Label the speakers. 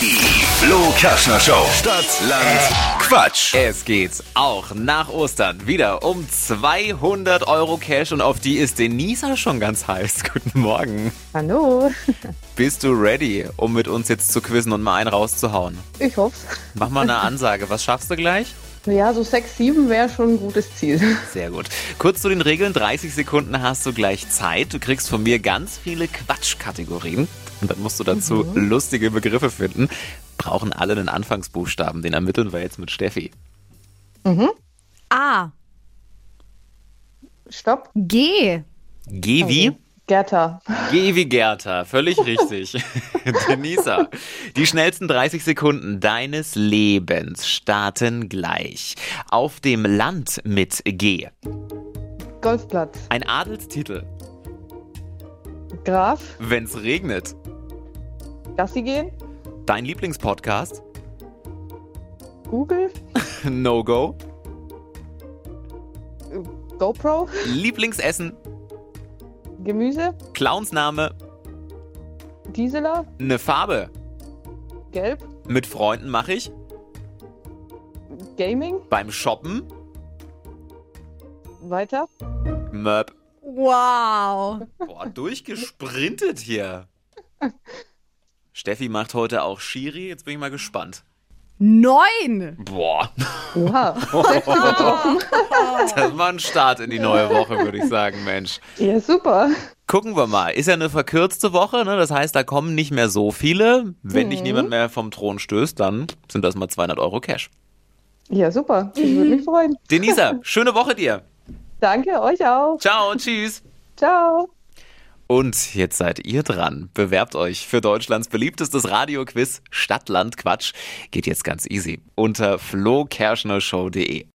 Speaker 1: Die Flo Kaschner Show. Stadt, Land, Quatsch.
Speaker 2: Es geht's auch nach Ostern wieder um 200 Euro Cash und auf die ist Denisa schon ganz heiß. Guten Morgen.
Speaker 3: Hallo,
Speaker 2: Bist du ready, um mit uns jetzt zu quizzen und mal einen rauszuhauen?
Speaker 3: ich hoff's.
Speaker 2: Mach mal eine Ansage. Was schaffst du gleich?
Speaker 3: Ja, so 6, 7 wäre schon ein gutes Ziel.
Speaker 2: Sehr gut. Kurz zu den Regeln. 30 Sekunden hast du gleich Zeit. Du kriegst von mir ganz viele Quatschkategorien. Und dann musst du dazu lustige Begriffe finden. Brauchen alle einen Anfangsbuchstaben. Den ermitteln wir jetzt mit Steffi.
Speaker 4: A.
Speaker 3: Stopp,
Speaker 4: G.
Speaker 2: Geh wie?
Speaker 3: Oh. Gerta.
Speaker 2: Geh wie Gerta, völlig richtig. Denisa, die schnellsten 30 Sekunden deines Lebens starten gleich. Auf dem Land mit G.
Speaker 3: Golfplatz,
Speaker 2: Ein Adelstitel.
Speaker 3: Graf,
Speaker 2: Wenn's regnet.
Speaker 3: Gassi gehen,
Speaker 2: Dein Lieblingspodcast.
Speaker 3: Google,
Speaker 2: No-Go.
Speaker 3: äh, GoPro,
Speaker 2: Lieblingsessen.
Speaker 3: Gemüse,
Speaker 2: Clownsname.
Speaker 3: Gisela,
Speaker 2: Ne Farbe.
Speaker 3: Gelb,
Speaker 2: Mit Freunden mache ich.
Speaker 3: Gaming,
Speaker 2: Beim Shoppen.
Speaker 3: weiter.
Speaker 2: Möb.
Speaker 4: Wow.
Speaker 2: Boah, durchgesprintet hier. Steffi macht heute auch Shiri. Jetzt bin ich mal gespannt.
Speaker 4: Neun.
Speaker 2: Boah.
Speaker 3: Oha, sechs getroffen.
Speaker 2: Das war ein Start in die neue Woche, würde ich sagen, Mensch.
Speaker 3: Ja, super.
Speaker 2: Gucken wir mal. Ist ja eine verkürzte Woche, ne? Das heißt, da kommen nicht mehr so viele. Wenn dich niemand mehr vom Thron stößt, dann sind das mal 200 Euro Cash.
Speaker 3: Ja, super. Ich würde mich freuen.
Speaker 2: Denisa, schöne Woche dir.
Speaker 3: Danke, euch auch.
Speaker 2: Ciao, tschüss.
Speaker 3: Ciao.
Speaker 2: Und jetzt seid ihr dran. Bewerbt euch für Deutschlands beliebtestes Radioquiz Stadtland Quatsch. Geht jetzt ganz easy unter flokerschnershow.de.